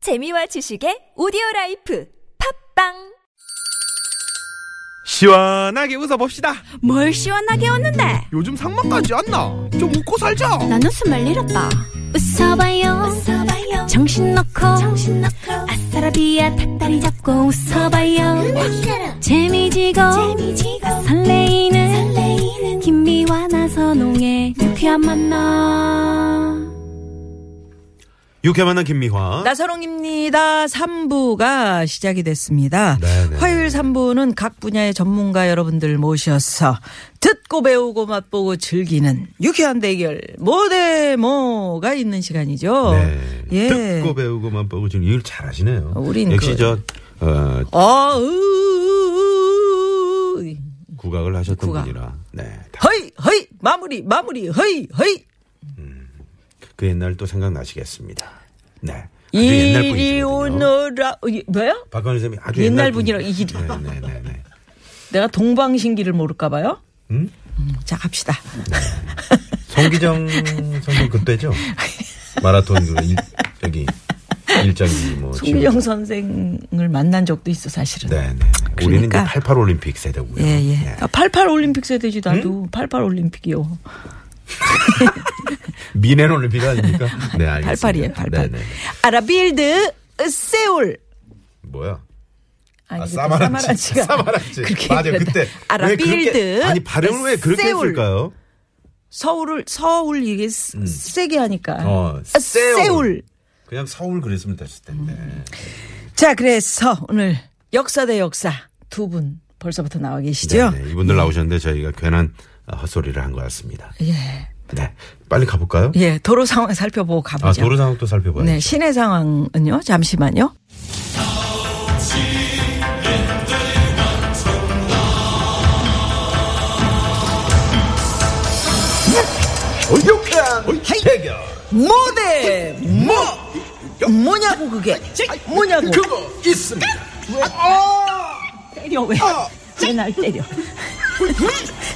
재미와 지식의 오디오 라이프 팝빵 시원하게 웃어봅시다. 뭘 시원하게 웃는데 요즘 상만까지 안 나. 좀 웃고 살자. 난 웃음을 잃었다 웃어봐요, 정신 놓고 아싸라비아 닭다리 잡고 웃어봐요 재미지고, 설레이는, 김미와 나선홍의 유쾌한 만남 유쾌 만난 김미화. 나선홍입니다. 3부가 시작이 됐습니다. 네, 네. 화요일 3부는 각 분야의 전문가 여러분들 모셔서 듣고 배우고 맛보고 즐기는 유쾌한 대결 모대모가 있는 시간이죠. 네. 예. 듣고 배우고 맛보고 지금 일 잘하시네요. 어, 우린 역시 그- 저 어, 어, 으, 으, 으, 으. 국악을 하셨던 국악. 분이라. 네. 다 허이 허이 마무리 마무리 허이 허이 그 옛날 또 생각나시겠습니다. 네. 아주 옛날 이리 분이시거든요. 오너라 어, 이- 뭐요? 박건희 선생님 아주 옛날 옛날 분이라 분. 이리. 네, 네, 네, 네. 내가 동방신기를 모를까 봐요. 음? 음, 자 갑시다. 송기정 선생 그때죠. 마라톤 그 일, 저기 일장기 뭐 송기정 지금. 선생을 만난 적도 있어 사실은. 네, 네. 우리는 이제 그러니까. 88 올림픽 세대고요. 예, 예. 네. 음? 아, 88 올림픽 세대지, 나도. 88 올림픽이요. 미넨 올림픽 아닙니까? 네, 알겠습니다. 88이에요, 88. 네, 네. 아라빌드, 어, 세울. 뭐야? 아니, 아, 그때 사마라치. 사마라치. 사마라치. 그렇게 맞아요. 얘기한다. 그때. 왜 아라빌드. 그렇게- 아니, 발음을 왜 그렇게 세울. 했을까요? 음. 서울을, 서울 이게 스- 세게 하니까. 어, 아, 세울. 음. 세울. 그냥 서울 그랬으면 됐을 텐데. 자, 그래서 오늘 역사 대 역사 두 분 벌써부터 나와 계시죠? 네, 네. 이분들 나오셨는데 저희가 괜한 헛소리를 한 것 같습니다. 예. 네. 빨리 가볼까요? 예, 도로 상황 살펴보고 가보죠. 아, 도로 상황도 살펴봐야죠. 네, 시내 상황은요? 잠시만요. 뭐? 유쾌한 해결. 모대! 뭐! 뭐냐고, 그게. 뭐냐고. 그거 있습니다. 때려 왜날 때려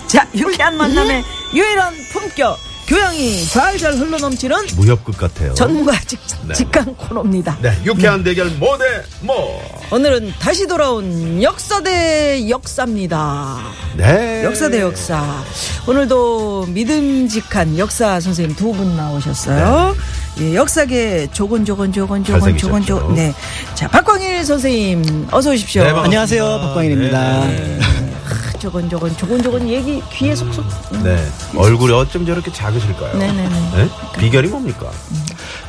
자 유쾌한 만남의 유일한 품격 교양이 잘잘 흘러넘치는 무협극 같아요. 전문가 직, 직관 코너입니다 네. 유쾌한 대결 모대 모. 오늘은 다시 돌아온 역사대 역사입니다 네. 역사대 역사 오늘도 믿음직한 역사 선생님 두 분 나오셨어요 네. 예, 역사계 조곤조곤조곤조곤 발색이셨죠. 조곤조곤 네자 박광일 선생님 어서 오십시오 네, 반갑습니다. 안녕하세요, 박광일입니다. 네. 조곤조곤 조곤조곤 얘기 귀에 속속 네. 얼굴이 어쩜 저렇게 작으실까요? 네네네. 네? 비결이 뭡니까?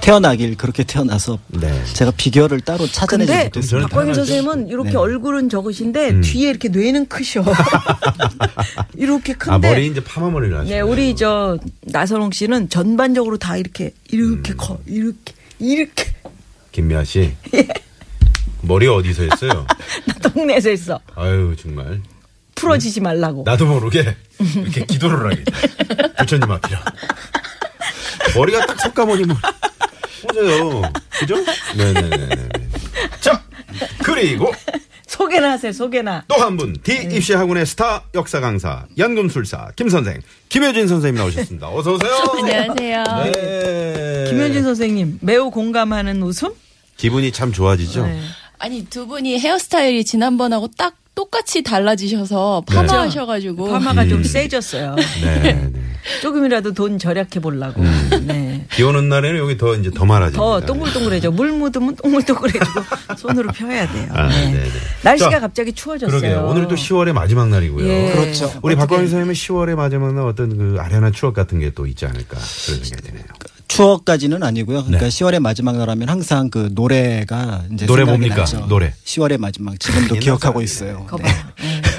태어나길 그렇게 태어나서 네. 제가 비결을 따로 찾아내지 근데 못했어요. 저는 박광일 당연하죠. 음. 선생님은 이렇게 네. 얼굴은 적으신데 뒤에 이렇게 뇌는 크셔. 이렇게 큰데. 아, 머리 이제 파마머리를 하시네. 네, 우리 저 나선홍 씨는 전반적으로 다 이렇게 이렇게 커 이렇게 이렇게 김미아 씨. 예. 머리 어디서 했어요? 나 동네에서 했어. 아유, 정말. 풀어지지 말라고. 나도 모르게 이렇게 기도를 하게 돼. 부처님 앞이라. 머리가 딱 속가모니 뭐. 보세요. 그죠? 네네네. 자, 그리고 소개나 하세요. 소개나. 또 한 분, D 입시 학원의 스타 역사 강사, 연금술사, 김 선생, 김효진 선생님 나오셨습니다. 어서오세요. 안녕하세요. 네. 어. 김현진 선생님 매우 공감하는 웃음. 기분이 참 좋아지죠? 네. 아니 두 분이 헤어스타일이 지난번하고 딱 똑같이 달라지셔서 파마하셔가지고 네. 파마가 좀 세졌어요. 음. 네. 네. 조금이라도 돈 절약해 보려고. 음. 네. 비 오는 날에는 여기 더 이제 더 말아집니다. 더 동글동글해져. 물 묻으면 동글동글해지고 손으로 펴야 돼요. 아, 네. 네네. 날씨가 자, 갑자기 추워졌어요. 그러게요. 오늘도 10월의 마지막 날이고요. 예. 그렇죠. 우리 박광희 선생님은 10월의 마지막 날 어떤 그 아련한 추억 같은 게 또 있지 않을까 그런 생각이 드네요. 추억까지는 아니고요. 그러니까 10월의 마지막 날하면 항상 그 노래가 네. 이제 노래 생각이 뭡니까? 나죠. 노래. 10월의 마지막 지금도 옛날 사람이네. 기억하고 있어요. 거봐. 네. 예.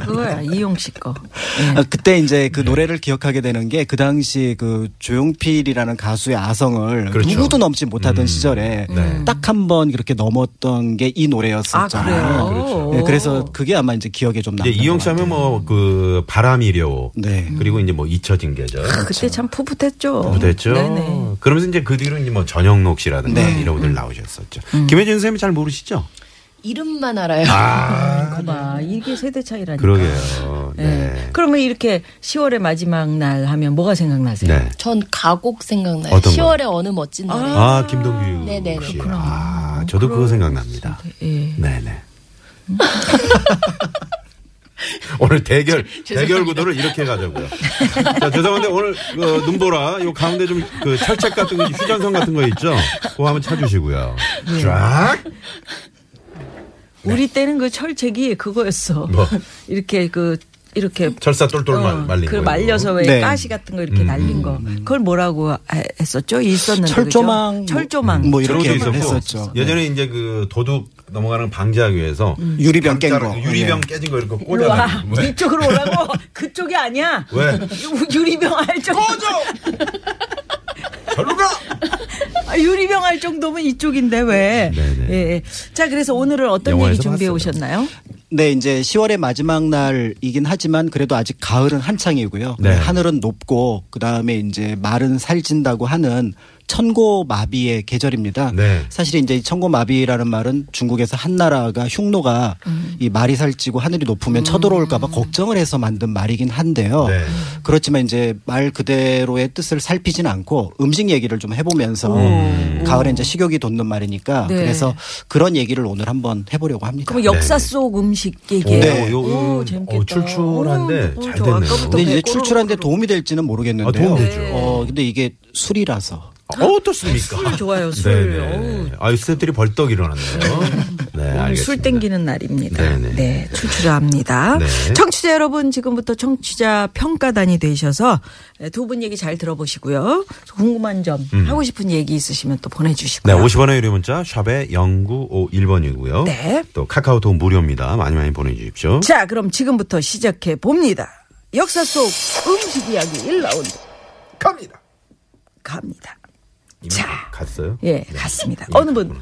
그거야 네. 이용 씨 거. 예. 아, 그때 이제 그 노래를 기억하게 되는 게 그 당시 그 조용필이라는 가수의 아성을 그렇죠. 누구도 넘지 못하던 시절에 네. 딱 한 번 그렇게 넘었던 게 이 노래였었잖아요. 아, 그렇죠. 그래요? 네, 그래서 그게 아마 이제 기억에 좀 이제 남는 이영 것 씨하면 같아요. 뭐 그 바람이려오. 네. 그리고 이제 뭐 잊혀진 계절. 그렇죠. 그때 참 풋풋했죠. 됐죠. 네네. 네. 음. 그러면서 이제 그 뒤로 이제 뭐 전영록 씨라든가 이런 분들 나오셨었죠. 김혜진 선생님이 잘 모르시죠? 이름만 알아요. 아, 봐 이게 세대 차이라니까. 그러게요. 예. 네. 그러면 이렇게 10월의 마지막 날 하면 뭐가 생각나세요? 네. 전 가곡 아, 생각나요. 어떤 거요? 10월의 네, 어느 멋진 날. 에 아, 김동규 네네네. 씨. 아, 저도 그거 생각납니다. 예. 네네. 오늘 대결 대결 구도를 이렇게 가자고요. 자, 죄송한데 오늘 그 눈보라 요 가운데 좀 그 철책 같은 거 휴전선 같은 거 있죠? 그거 한번 쳐주시고요. 쫙. 우리 때는 그 철책이 그거였어. 뭐? 이렇게 그 이렇게 철사 똘똘 어, 말, 말린 그 거. 음, 말려서 왜 네. 가시 같은 거 이렇게 날린 거. 그걸 뭐라고 하- 했었죠? 있었는데 그죠? 철조망, 철조망. 뭐 저도 이렇게 있었고 했었죠. 예전에 이제 그 도둑 넘어가는 방지하기 위해서 유리병 깬 거. 예. 유리병 깨진 거 이렇게 일로 와. 꽂아. 뭐, 왜? 이쪽으로 오라고. 그쪽이 아니야. 왜? 유- 유리병 할 정도. 절로 가. 아, 유리병 할 정도면 이쪽인데 왜? 네네. 예, 예. 자, 그래서 오늘은 어떤 영화에서 얘기 준비해 봤어요. 오셨나요? 네, 이제 10월의 마지막 날이긴 하지만 그래도 아직 가을은 한창이고요. 네. 하늘은 높고 그다음에 이제 말은 살진다고 하는 천고마비의 계절입니다. 네. 사실 이제 이 천고마비라는 말은 중국에서 한나라가 흉노가 음. 이 말이 살찌고 하늘이 높으면 쳐들어올까 봐 걱정을 해서 만든 말이긴 한데요. 네. 그렇지만 이제 말 그대로의 뜻을 살피진 않고 음식 얘기를 좀 해보면서 가을에 이제 식욕이 돋는 말이니까 네. 그래서 그런 얘기를 오늘 한번 해보려고 합니다. 그럼 뭐 역사 속 음식 얘기예요. 네. 요, 오, 요, 재밌겠다. 어, 출출한데 오, 잘 저 됐네요. 아까부터 근데 이제 배꼽으로 출출한데 도움이 될지는 모르겠는데요. 아, 도움 되죠. 네. 어, 근데 이게 술이라서. 어떻습니까? 술 좋아요, 술. 어우. 네네. 아유, 스태프들이 벌떡 일어났네요. 네, 오늘 알겠습니다. 술 땡기는 날입니다. 네네. 네, 출출합니다. 네. 청취자 여러분 지금부터 청취자 평가단이 되셔서 두 분 얘기 잘 들어보시고요. 궁금한 점 하고 싶은 얘기 있으시면 또 음. 네, 보내주시고요. 50원의 유료 문자 샵에 0951번이고요. 네. 또 카카오톡 무료입니다. 많이 많이 보내주십시오. 자, 그럼 지금부터 시작해 봅니다. 역사 속 음식 이야기 1라운드 갑니다. 갑니다. 이미 자. 갔어요? 네. 예, 갔습니다. 어느 분?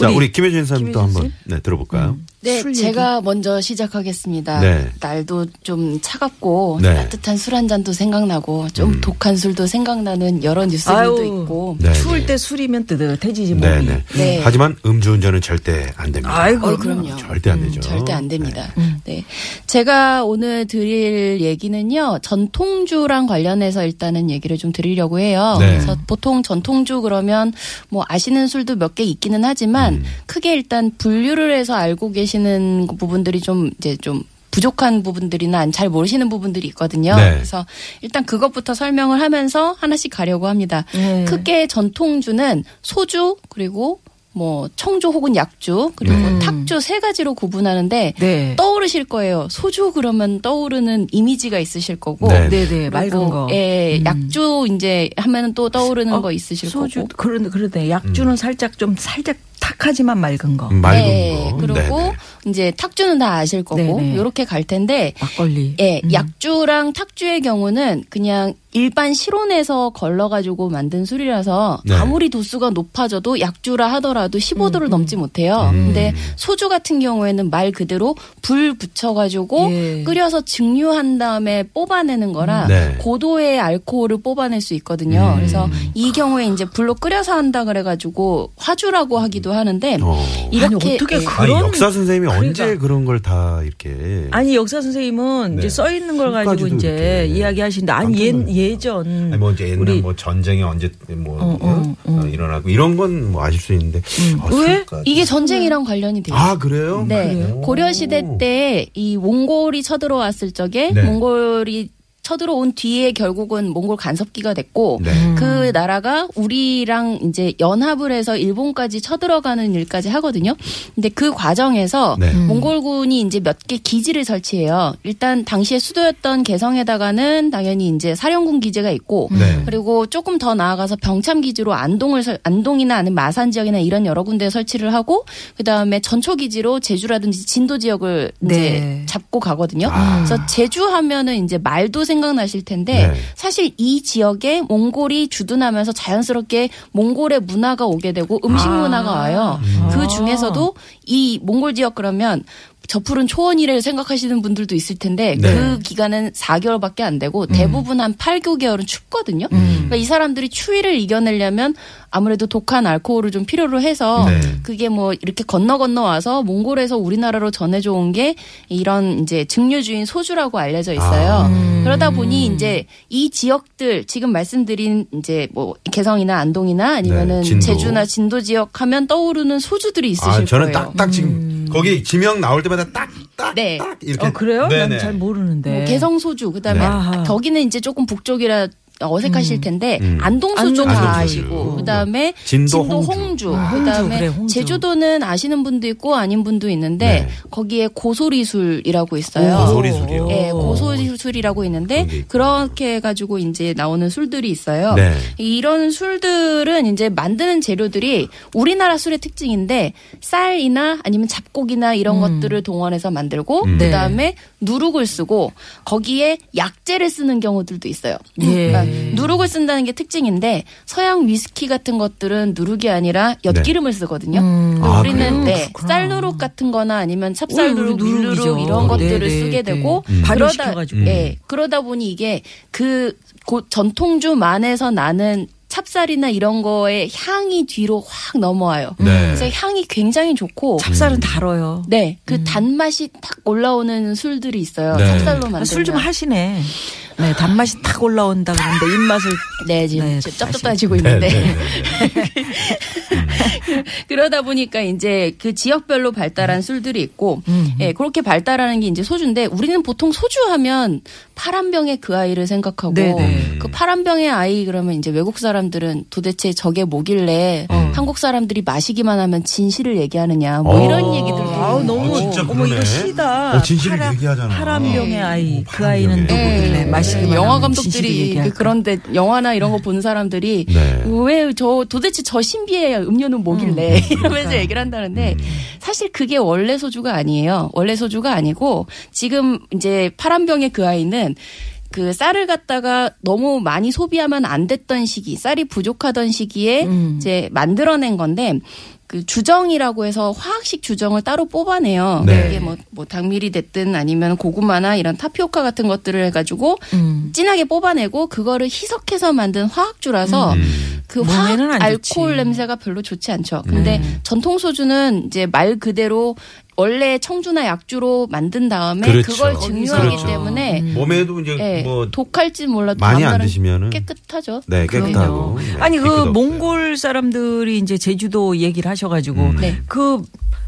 자, 우리 김혜진 사님도 한번 네, 들어볼까요? 음. 네, 제가 먼저 시작하겠습니다. 네. 날도 좀 어, 차갑고 네. 따뜻한 술 한 잔도 생각나고 좀 음. 독한 술도 생각나는 여러 뉴스들도 아유. 있고 네, 추울 네. 때 술이면 뜨뜻해지지 몸이. 네, 네. 네. 하지만 음주운전은 절대 안 됩니다. 아이고, 어, 그럼요. 절대 안 되죠. 절대 안 됩니다. 음. 네. 제가 오늘 드릴 얘기는요, 전통주랑 관련해서 일단은 얘기를 좀 드리려고 해요. 네. 그래서 보통 전통주 그러면 뭐 아시는 술도 몇 개 있기는 하지만 음. 크게 일단 분류를 해서 알고 계시는 부분들이 좀 이제 좀 부족한 부분들이나 잘 모르시는 부분들이 있거든요. 네. 그래서 일단 그것부터 설명을 하면서 하나씩 가려고 합니다. 네. 그 크게 전통주는 소주 그리고 뭐 청주 혹은 약주 그리고 네. 탁주 세 가지로 구분하는데 네. 떠오르실 거예요. 소주 그러면 떠오르는 이미지가 있을 거고 네. 네, 네, 맑은 그리고 거. 음. 어, 예, 약주 이제 하면은 또 떠오르는 거 있으실 소주, 거고. 그런 그러네. 약주는 살짝 좀 살짝 탁하지만 맑은 거. 음, 맑은 예, 거. 그리고 네, 이제 탁주는 다 아실 거고 네네. 요렇게 갈 텐데 막걸리. 예, 약주랑 탁주의 경우는 그냥 일반 실온에서 걸러가지고 만든 술이라서 네. 아무리 도수가 높아져도 약주라 하더라도 15도를 넘지 못해요. 음. 근데 소주 같은 경우에는 말 그대로 불 붙여가지고 예. 끓여서 증류한 다음에 뽑아내는 거라 음. 네. 고도의 알코올을 뽑아낼 수 있거든요. 음. 그래서 이 경우에 이제 불로 끓여서 한다 그래가지고 화주라고 하기도 하는데 네. 어. 이렇게 아니, 어떻게 예. 그런 아니, 역사 선생님이 언제 그러니까. 그런 걸 다 이렇게 아니 역사 선생님은 네. 이제 써 있는 걸 가지고 손까지도 이제 이렇게. 이야기하시는데 아니 깜짝 옛 놀랐다. 예전 아니 뭐 이제 옛날 우리 뭐 전쟁이 언제 뭐 어, 어, 어, 일어나고 이런 건 뭐 아실 수 있는데 아, 왜? 술까지. 이게 전쟁이랑 관련이 돼요. 아 그래요? 네. 오. 고려 시대 때 이 몽골이 쳐들어왔을 적에 네. 몽골이 쳐들어온 뒤에 결국은 몽골 간섭기가 됐고 네. 그 나라가 우리랑 이제 연합을 해서 일본까지 쳐들어가는 일까지 하거든요. 근데 그 과정에서 네. 몽골군이 이제 몇 개 기지를 설치해요. 일단 당시에 수도였던 개성에다가는 당연히 이제 사령군 기지가 있고 음. 네. 그리고 조금 더 나아가서 병참 기지로 안동을 설- 안동이나 아니면 마산 지역이나 이런 여러 군데 설치를 하고 그다음에 전초 기지로 제주라든지 진도 지역을 네. 이제 잡고 가거든요. 아. 그래서 제주 하면은 이제 말도 생각나실 텐데 네. 사실 이 지역에 몽골이 주둔하면서 자연스럽게 몽골의 음. 아. 문화가 오게 되고 음식 문화가 와요. 그 중에서도 이 몽골 지역 그러면 저 풀은 초원이래 생각하시는 분들도 있을 텐데 네. 음. 그 기간은 4개월밖에 안 되고 대부분 한 8, 9개월은 춥거든요. 그러니까 이 사람들이 추위를 이겨내려면 아무래도 독한 알코올을 좀 필요로 해서 네. 그게 뭐 이렇게 건너 건너 와서 몽골에서 우리나라로 전해져 온 게 이런 이제 증류주인 소주라고 알려져 아. 있어요. 음. 음. 그러다 보니 이제 이 지역들 지금 말씀드린 이제 뭐 개성이나 안동이나 아니면은 네, 진도. 제주나 진도 지역 하면 떠오르는 소주들이 있으실 아, 저는 거예요. 딱딱 지금 거기 지명 나올 때마다 딱딱딱 네. 이렇게. 어, 그래요? 네네. 난 잘 모르는데. 뭐 개성 소주 그다음에 네. 아하. 거기는 이제 조금 북쪽이라 어색하실 텐데 음. 안동 소주 안동 다 소주. 아시고 그다음에 진도 홍주. 홍주, 아, 홍주, 그다음에 그래, 홍주. 제주도는 아시는 분도 있고 아닌 분도 있는데 네. 거기에 고소리술이라고 있어요. 고소리술이요? 예, 고소리술이라고 있는데 그런 게 있구나. 그렇게 해가지고 이제 나오는 술들이 있어요. 네. 이런 술들은 이제 만드는 재료들이 우리나라 술의 특징인데 쌀이나 아니면 잡곡이나 이런 것들을 동원해서 만들고 음. 그다음에 누룩을 쓰고 거기에 약재를 쓰는 경우들도 있어요. 예. 그러니까 누룩을 쓴다는 게 특징인데 서양 위스키 같은 것들은 누룩이 아니라 엿기름을 쓰거든요. 음. 근데 아, 우리는 그래요? 네, 그렇구나. 쌀누룩 같은 거나 아니면 우리 찹쌀누룩, 밀누룩 이런 네, 것들을 네, 쓰게 네. 되고 음. 발효시켜가지고. 예, 그러다 보니 이게 그 고- 전통주만에서 나는 찹쌀이나 이런 거의 향이 뒤로 확 넘어와요. 네. 그래서 향이 굉장히 좋고 음. 찹쌀은 달어요. 네, 음. 그 단맛이 딱 올라오는 술들이 있어요. 네. 찹쌀로 만든 아, 술 좀 하시네. 네, 단맛이 탁 올라온다 그러는데 입맛을 네, 지금 네, 쩝쩝따지고 네, 있는데. 네, 네. 그러다 보니까 이제 그 지역별로 음. 발달한 술들이 있고, 예, 그렇게 발달하는 게 이제 소주인데, 우리는 보통 소주하면 파란 병의 그 아이를 생각하고, 네네. 그 파란 병의 아이 그러면 이제 외국 사람들은 도대체 저게 뭐길래 어. 한국 사람들이 마시기만 하면 진실을 얘기하느냐, 뭐 어. 이런 얘기들도. 아우 너무 아, 진짜 어머 이거 그러네. 시다. 어, 진실을 얘기하잖아. 뭐 파란병의 아이 그 파란병의. 아이는 누구길래 예, 마시기만 영화 하면 진실을 감독들이 얘기할까? 그 그런데 영화나 이런 거 본 사람들이 네. 왜 저 도대체 저 신비의 음료는 뭐길래 이러면서 네. 얘기를 한다는데 음. 사실 그게 원래 소주가 아니에요. 원래 소주가 아니고 지금 이제 파란 병의 그 아이는 그 쌀을 갖다가 너무 많이 소비하면 안 됐던 시기, 쌀이 부족하던 시기에 음. 이제 만들어낸 건데 그 주정이라고 해서 화학식 주정을 따로 뽑아내요. 네. 이게 뭐, 뭐 당밀이 됐든 아니면 고구마나 이런 타피오카 같은 것들을 해가지고 음. 진하게 뽑아내고 그거를 희석해서 만든 화학주라서 음. 그 화학 몸에는 안 좋지. 네. 알코올 냄새가 별로 좋지 않죠. 근데 전통 소주는 이제 말 그대로 원래 청주나 약주로 만든 다음에 그렇죠. 그걸 증류하기 그렇죠. 때문에 몸에도 음. 이제 예, 뭐 독할지 몰라도 많이 안 다음날은 드시면은 깨끗하죠. 네, 그럼요. 깨끗하고. 네, 아니 그 깨끗없어요. 몽골 사람들이 이제 제주도 얘기를 하셔가지고 음. 네. 그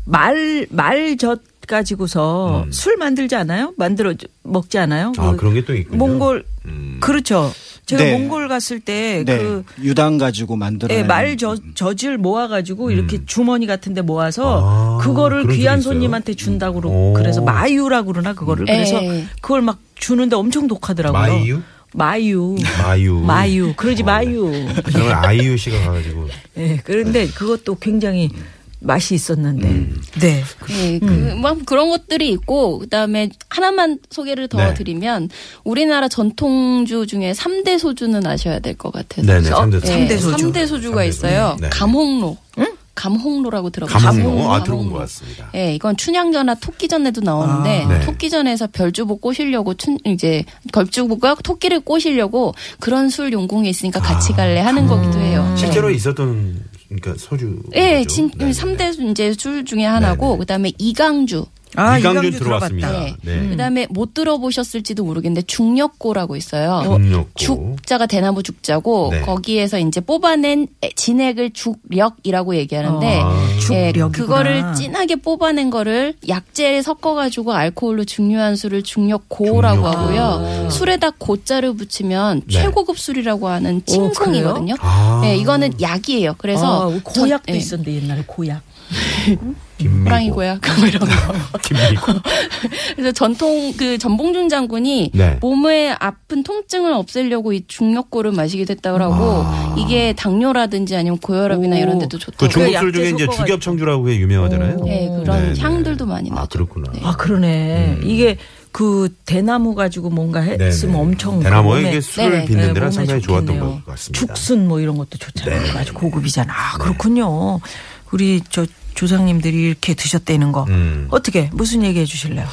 말 말젓 가지고서 술 만들지 않아요? 만들어 먹지 않아요? 음. 아, 그 그런 게 또 있군요. 몽골 음. 그렇죠. 제가 네. 몽골 갔을 때 네. 그. 유당 가지고 만들어. 예, 말 저, 젖을 모아가지고 이렇게 주머니 같은데 모아서 음. 아, 그거를 그런 귀한 적이 있어요? 음. 손님한테 준다고 오. 그러- 그래서 마유라고 그러나 그거를 음. 그래서 예. 그걸 막 주는데 엄청 독하더라고요. 마이유? 마유. 마유. 마유. 그러지 어, 마유. 저는 아이유 씨가 가가지고. 예, 그런데 그것도 굉장히 맛이 있었는데. 음. 네. 예, 그, 뭐 그런 것들이 있고 그다음에 하나만 소개를 더 네. 드리면 우리나라 전통주 중에 삼대 소주는 아셔야 될 것 같아서. 네네, 삼대 소주. 삼대 소주. 가 삼대 소주. 있어요. 네. 감홍로. 감홍로라고 들어보셨어요? 감흥로? 아, 들어본 것 같습니다. 예, 이건 춘향전화 토끼전에도 나오는데 아. 네. 토끼전에서 별주보 꼬시려고 춘 이제 걸주보가 토끼를 꼬시려고 그런 술 용궁에 있으니까 같이 갈래 하는 거기도 해요. 네. 아, 음. 실제로 있었던, 그러니까 소주. 예, 거죠? 진, 네, 네, 3대 이제 술 중에 하나고, 네네. 그 다음에 이강주. 아, 이강준 이강주 들어왔습니다. 들어봤다. 네. 네. 그 다음에 못 들어보셨을지도 모르겠는데, 중력고라고 있어요. 음. 중력고. 죽자가 대나무 죽자고, 네. 거기에서 이제 뽑아낸 진액을 죽력이라고 얘기하는데, 아. 예, 죽력이구나. 그거를 진하게 뽑아낸 거를 약재에 섞어가지고 알코올로 중류한 술을 중력고라고 중력고. 네. 아. 하고요. 음. 술에다 고자를 붙이면 네. 최고급 술이라고 하는 칭송이거든요. 아. 예, 이거는 약이에요. 그래서 아, 고약도 전- 예. 있었는데 옛날에 고약. 김미고. 호랑이 고약 뭐 이런 거. 김미고. 그래서 전통 그 전봉준 장군이 네. 몸에 아픈 통증을 없애려고 이 중력고를 마시게 됐다고 하고 아. 이게 당뇨라든지 아니면 고혈압이나 오. 이런 데도 그 좋다고. 중국 약재 술 중에 이제 섞어가지고. 죽엽청주라고 그게 유명하잖아요. 예, 그런 향들도 많이 아, 나죠. 그렇구나. 아, 그러네. 이게 그 대나무 가지고 뭔가 했으면 음. 네네. 엄청 대나무에 몸에 이게 술을 네네. 빚는 네, 데라 몸에 상당히 좋았던 좋겠네요. 것 같습니다. 네. 죽순 뭐 이런 것도 좋잖아요. 아주 고급이잖아. 아, 그렇군요. 우리 저 조상님들이 이렇게 드셨다는 거 음. 어떻게 무슨 얘기해 주실래요?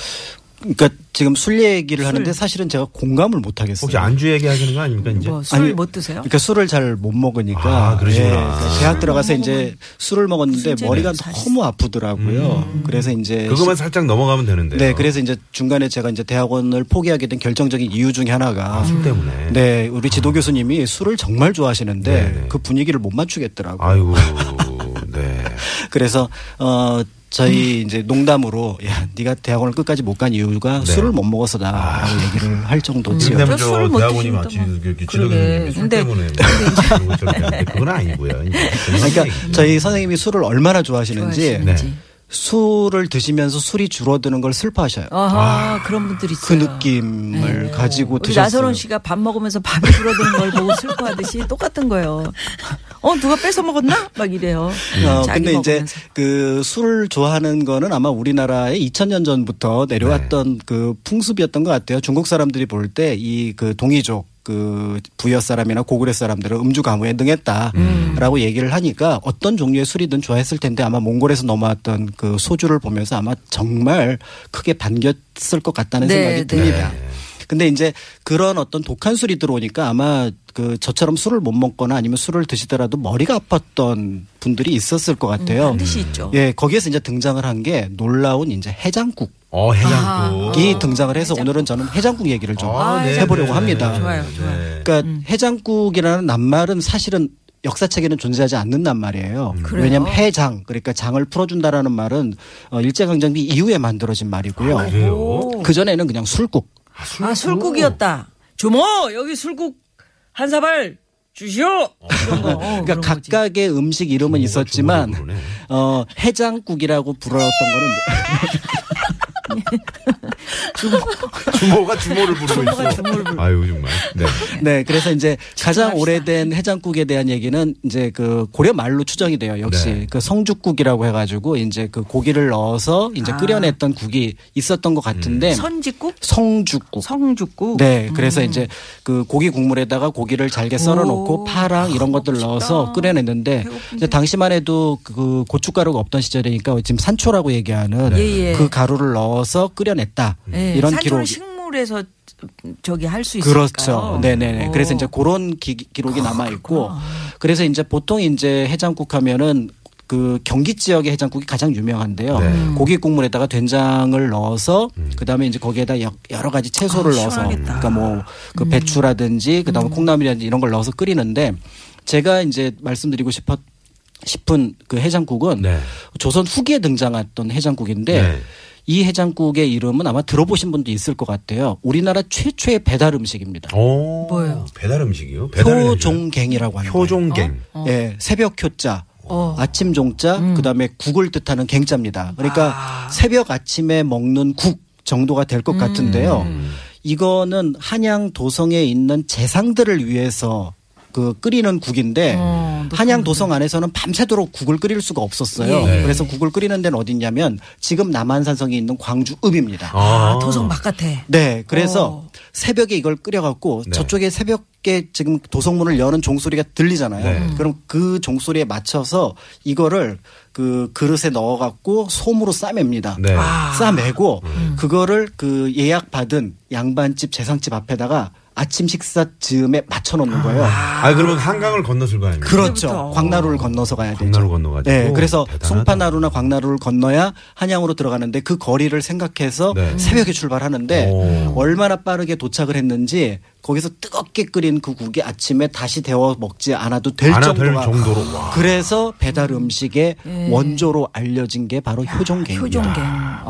그러니까 지금 술 얘기를 하는데 사실은 제가 공감을 못 하겠어요. 혹시 안주 얘기하시는 거 아닙니까 이제? 뭐 술 못 드세요? 그러니까 술을 잘 못 먹으니까. 네, 아, 그러시구나. 그래서 대학 들어가서 이제 술을 먹었는데 술제를 머리가 잘 너무 아프더라고요. 그래서 이제 음. 그것만 살짝 넘어가면 되는데. 네, 그래서 이제 중간에 제가 이제 대학원을 포기하게 된 결정적인 이유 중에 하나가 아, 음. 술 때문에. 네, 우리 지도 교수님이 술을 정말 좋아하시는데 네네. 그 분위기를 못 맞추겠더라고요. 아이고. 네. 음. 그래서 어 저희 이제 농담으로 야, 네가 대학원을 끝까지 못 간 이유가 술을 못 먹어서다라고 얘기를 할 정도지요. 술을 지금 저 못 대학원이 드시니까 마치 뭐. 지도교수님 그러게. 술 근데- 때문에 뭐 그러고 저렇게 하는데 그건 아니고요. 이제 그런 그러니까 얘기죠. 저희 선생님이 술을 얼마나 좋아하시는지 네. 술을 드시면서 술이 줄어드는 걸 슬퍼하셔요. 아하, 그런 분들 그 있어요. 네. 느낌을 가지고 우리 드셨어요. 나선홍 씨가 밥 먹으면서 밥이 줄어드는 걸 보고 슬퍼하듯이 똑같은 거예요. 어 누가 뺏어 먹었나? 막 이래요. 어, 음. 자기 근데 이제 먹으면서. 그 술을 좋아하는 거는 아마 우리나라에 2000년 전부터 네. 내려왔던 그 풍습이었던 것 같아요. 중국 사람들이 볼 때 이 그 동이족 그 부여 사람이나 고구려 사람들은 음주 가무에 음. 능했다라고 얘기를 하니까 어떤 종류의 술이든 좋아했을 텐데 아마 몽골에서 넘어왔던 그 소주를 보면서 아마 정말 크게 반겼을 것 같다는 네, 네. 생각이 듭니다. 근데 이제 그런 어떤 독한 술이 들어오니까 아마 그 저처럼 술을 못 먹거나 아니면 술을 드시더라도 머리가 아팠던 분들이 있었을 것 같아요. 반드시 음. 있죠. 예, 거기에서 이제 등장을 한 게 놀라운 이제 해장국이 어 아, 해장국. 등장을 해서 오늘은 저는 해장국 얘기를 좀 아, 네, 해보려고 네, 합니다. 네, 좋아요, 네. 좋아요. 그러니까 해장국이라는 낱말은 사실은 역사책에는 존재하지 않는 낱말이에요. 그래요? 왜냐하면 해장 그러니까 장을 풀어준다라는 말은 어, 일제강점기 이후에 만들어진 말이고요. 그래요. 그 전에는 그냥 술국 아 술국이었다. 조모 여기 술국 한 사발 주시오. 이런 거. 어, 그러니까 그런 거지. 각각의 음식 어, 이름은 있었지만 중국어 부르네. 어, 해장국이라고 불렀던 거는 네. 주모가 주모를 부르고 있어. 아유 정말. 네. 네 그래서 이제 가장 오래된 해장국에 대한 얘기는 이제 그 고려 말로 추정이 돼요. 역시 네. 그 성죽국이라고 해가지고 이제 그 고기를 넣어서 이제 아. 끓여냈던 국이 있었던 것 같은데 선지국, 성죽국. 성죽국. 네, 그래서 이제 그 고기 국물에다가 고기를 잘게 썰어놓고 음. 오. 아, 파랑 이런 것들 넣어서 끓여냈는데 이제 당시만 해도 그 고춧가루가 없던 시절이니까 지금 산초라고 얘기하는 예, 예. 그 가루를 넣어서 끓여냈다 예, 네, 이런 산초는 기록이 식물에서 저기 할 수 있을까요? 어. 그렇죠. 네네네. 그래서 이제 그런 기, 기록이 남아 있고 그래서 이제 보통 이제 해장국 하면은 그 경기 지역의 해장국이 가장 유명한데요. 음. 네. 고기 국물에다가 된장을 넣어서 그다음에 이제 거기에다 여- 여러 가지 채소를 아, 넣어서 그러니까 뭐 그 음. 배추라든지 그다음에 콩나물이라든지 이런 걸 넣어서 끓이는데 제가 이제 말씀드리고 싶었 싶은 그 해장국은 네. 조선 후기에 등장했던 해장국인데 네. 이 해장국의 이름은 아마 들어보신 분도 있을 것 같아요. 우리나라 최초의 배달 음식입니다. 오. 뭐예요? 어. 배달 음식이요? 배달 표종갱이라고 하는 거예요. 표종갱. 예, 새벽 효자, 아침 종자, 그다음에 국을 뜻하는 갱자입니다. 그러니까 새벽 아침에 먹는 국 정도가 될 것 같은데요. 음. 이거는 한양 도성에 있는 재상들을 위해서 그 끓이는 국인데 한양 도성 안에서는 밤새도록 국을 끓일 수가 없었어요. 예, 예. 그래서 국을 끓이는 데는 어디냐면 지금 남한산성에 있는 광주읍입니다. 아, 도성 바깥에. 네, 그래서 새벽에 이걸 끓여갖고 저쪽에 새벽에 지금 도성문을 여는 종소리가 들리잖아요. 그럼 그 종소리에 맞춰서 이거를 그 그릇에 넣어갖고 솜으로 싸맵니다. 네. 싸매고 그거를 그 예약 받은 양반집 재상집 앞에다가 아침 식사 즈음에 맞춰놓는 거예요. 아 그러면 한강을 건넜을 거 아닙니까? 그렇죠. 광나루를 건너서 가야 되죠. 광나루 건너가지고. 네, 그래서 대단하다. 송파나루나 광나루를 건너야 한양으로 들어가는데 그 거리를 생각해서 네. 새벽에 출발하는데 오. 얼마나 빠르게 도착을 했는지 거기서 뜨겁게 끓인 그 국이 아침에 다시 데워 먹지 않아도 될 안아될 정도가 정도로. 와. 그래서 배달 음식의 원조로 알려진 게 바로 효종갱. 효종갱. 어.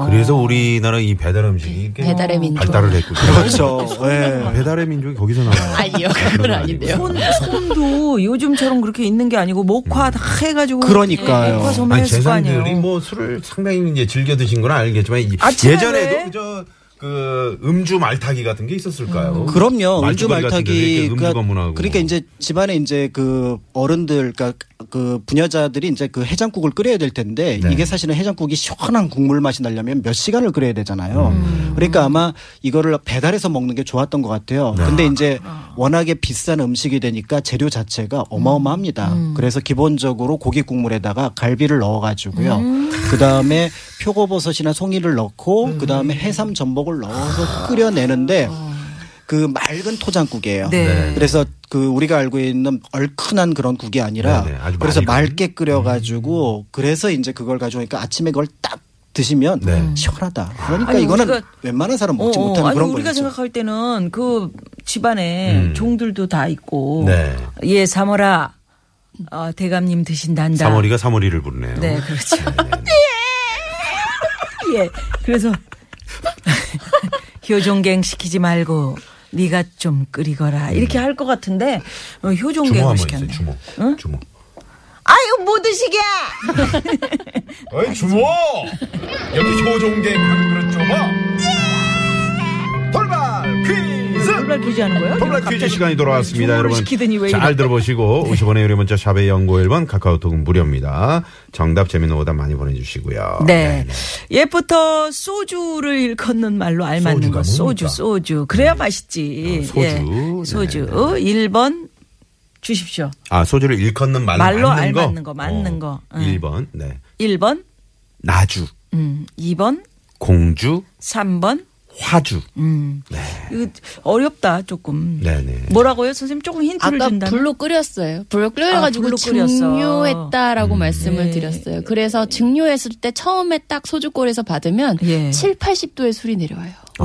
아. 그래서 우리나라 이 배달 음식이 이렇게 배달의 민족. 발달을 했군요. 그렇죠. 예. 배달의 민족이 거기서 나와요. 아니요, 그건 아닌데요. 손, 손도 요즘처럼 그렇게 있는 게 아니고 목화 다 해가지고. 음. 네, 네, 그러니까요. 목화 소매 아니 뭐 했을 거 아니에요. 재산들이 뭐 술을 상당히 이제 즐겨 드신 건 알겠지만 이- 아침에 왜? 예전에도 그저 그 음주 말타기 같은 게 있었을까요? 그럼요. 음주 어, 말주거리 같은 데서 이렇게 말타기. 음주 검문하고 그러니까 이제 집안에 이제 그 어른들, 그러니까 그 부녀자들이 이제 그 해장국을 끓여야 될 텐데 네. 이게 사실은 해장국이 시원한 국물 맛이 나려면 몇 시간을 끓여야 되잖아요. 음. 그러니까 아마 이거를 배달해서 먹는 게 좋았던 것 같아요. 네. 근데 이제 워낙에 비싼 음식이 되니까 재료 자체가 어마어마합니다. 그래서 기본적으로 고기 국물에다가 갈비를 넣어가지고요. 그 다음에 표고버섯이나 송이를 넣고 그 다음에 아. 해삼 전복을 넣어서 끓여내는데 그 맑은 토장국이에요. 네. 그래서 그 우리가 알고 있는 얼큰한 그런 국이 아니라 네네, 아주 그래서 맑은. 음. 맑게 끓여가지고 그래서 이제 그걸 가져오니까 아침에 그걸 딱 드시면 네. 시원하다. 그러니까 아니, 이거는 우리가- 웬만한 사람 먹지 어, 어. 못하는 아니 그런 우리가 거죠. 생각할 때는 그 집안에 음. 종들도 다 있고 네. 예 삼월아 어, 대감님 드신단다. 사머리가 사머리를 부르네요. 네 그렇죠. 예 그래서 효종갱 시키지 말고 네가 좀 끓이거라 이렇게 할 것 같은데 어, 음. 주모 효종갱을 한번 있어요. 시켰네. 주모. 주모. 아유 뭐 드시게. 어이 주모. 여기 효종갱 하는 그런 주모. 돌발 퀴즈. 놀랄 예! 교제하는 거예요? 폼라 갑자기 퀴즈 시간이 돌아왔습니다, 주문을 여러분. 시키더니 왜 네. 잘 이래? 들어보시고 50원의 유료 문자 샵의 연구 1번 카카오톡은 무료입니다. 정답 재미는 오답 많이 보내주시고요. 네. 옛부터 소주를 일컫는 말로 알맞는 소주가 거. 소주, 뭡니까? 소주. 그래야 맛있지. 예, 어, 소주. 네, 소주. 네, 1번 주십시오. 아 소주를 일컫는 말로, 말로 맞는 거. 어, 알맞는 거, 맞는 거. 응. 1번 네 1번, 나주 음, 2번, 공주 3번. 화주. 음. 이거 어렵다, 조금. 네네. 뭐라고요? 선생님 조금 힌트를 아까 준다면. 불로 끓였어요. 불로 끓여가지고 아, 불로 끓였어. 증류했다라고 말씀을 예. 드렸어요. 그래서 증류했을 때 처음에 딱 소주골에서 받으면 예. 7, 80도의 술이 내려와요. 아.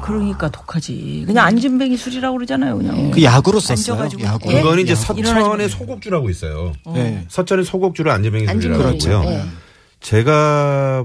어, 그러니까 독하지. 그냥 안진뱅이 술이라고 그러잖아요, 그냥. 그 약으로 썼어요. 앉아가지고 약으로. 예? 이건 이제 일어나지 서천의 마세요. 예. 소곡주라고 있어요. 네. 서천의 소곡주를 안재명이 안재명이 들이라고 그렇죠. 하고요. 예. 제가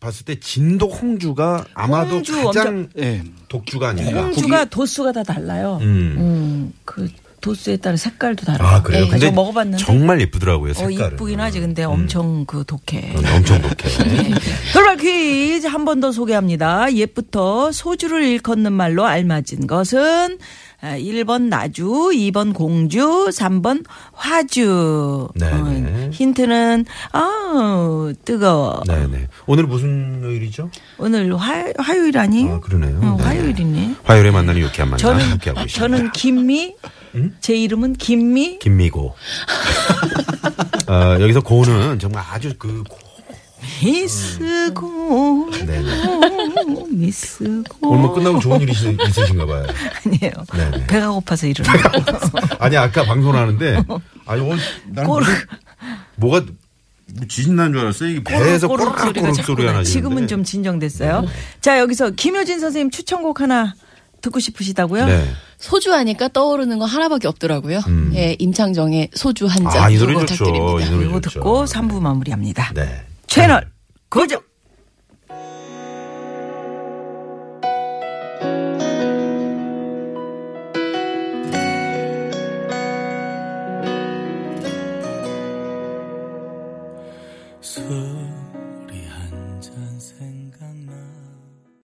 봤을 때 진도 홍주가 아마도 홍주 가장 예. 독주가 아닌가. 음, 홍주가 도수가 다 달라요. 음. 음, 그 도수에 따른 색깔도 다르고. 아 그래요? 근데 제가 먹어봤는데. 정말 예쁘더라고요 색깔은. 어, 이쁘긴 네. 하지. 근데 엄청 그 독해. 음, 엄청 독해. 돌발 퀴즈 한 번 더 소개합니다. 옛부터 소주를 일컫는 말로 알맞은 것은 아, 1번 나주, 2번 공주, 3번 화주. 네네. 어, 힌트는 아우 뜨거워. 네네. 오늘 무슨 요일이죠? 오늘 화, 화요일 아니에요? 아 그러네요. 어, 네. 화요일이네. 화요일에 만나는 유쾌한 만남 저는- 함께하고 있습니다. 저는 김미, 음? 제 이름은 김미 김미고. 어, 여기서 고는 정말 아주 그 고. 미스고 음. 네네. 미스고 오늘 뭐 끝나고 좋은 일이 있- 있으신가 봐요. 아니에요. 네네. 배가 고파서 일어나. 아니 아까 방송을 하는데 아니 오늘 난 꼬르륵. 무슨- 뭐가 지진 난 줄 알았어요. 이게 배에서 꼬르륵 꼬르륵 꼬르륵 자꾸 네. 소리가 나. 나지. 지금은 좀 진정됐어요. 자 여기서 김효진 선생님 추천곡 하나 듣고 싶으시다고요? 네. 소주 하니까 떠오르는 거 하나밖에 없더라고요. 예, 임창정의 소주 한 잔. 음. 아, 이 노래 부탁드립니다. 좋죠. 이 노래 이거 좋죠. 네. 듣고 3부 마무리합니다. 네. 채널 고정.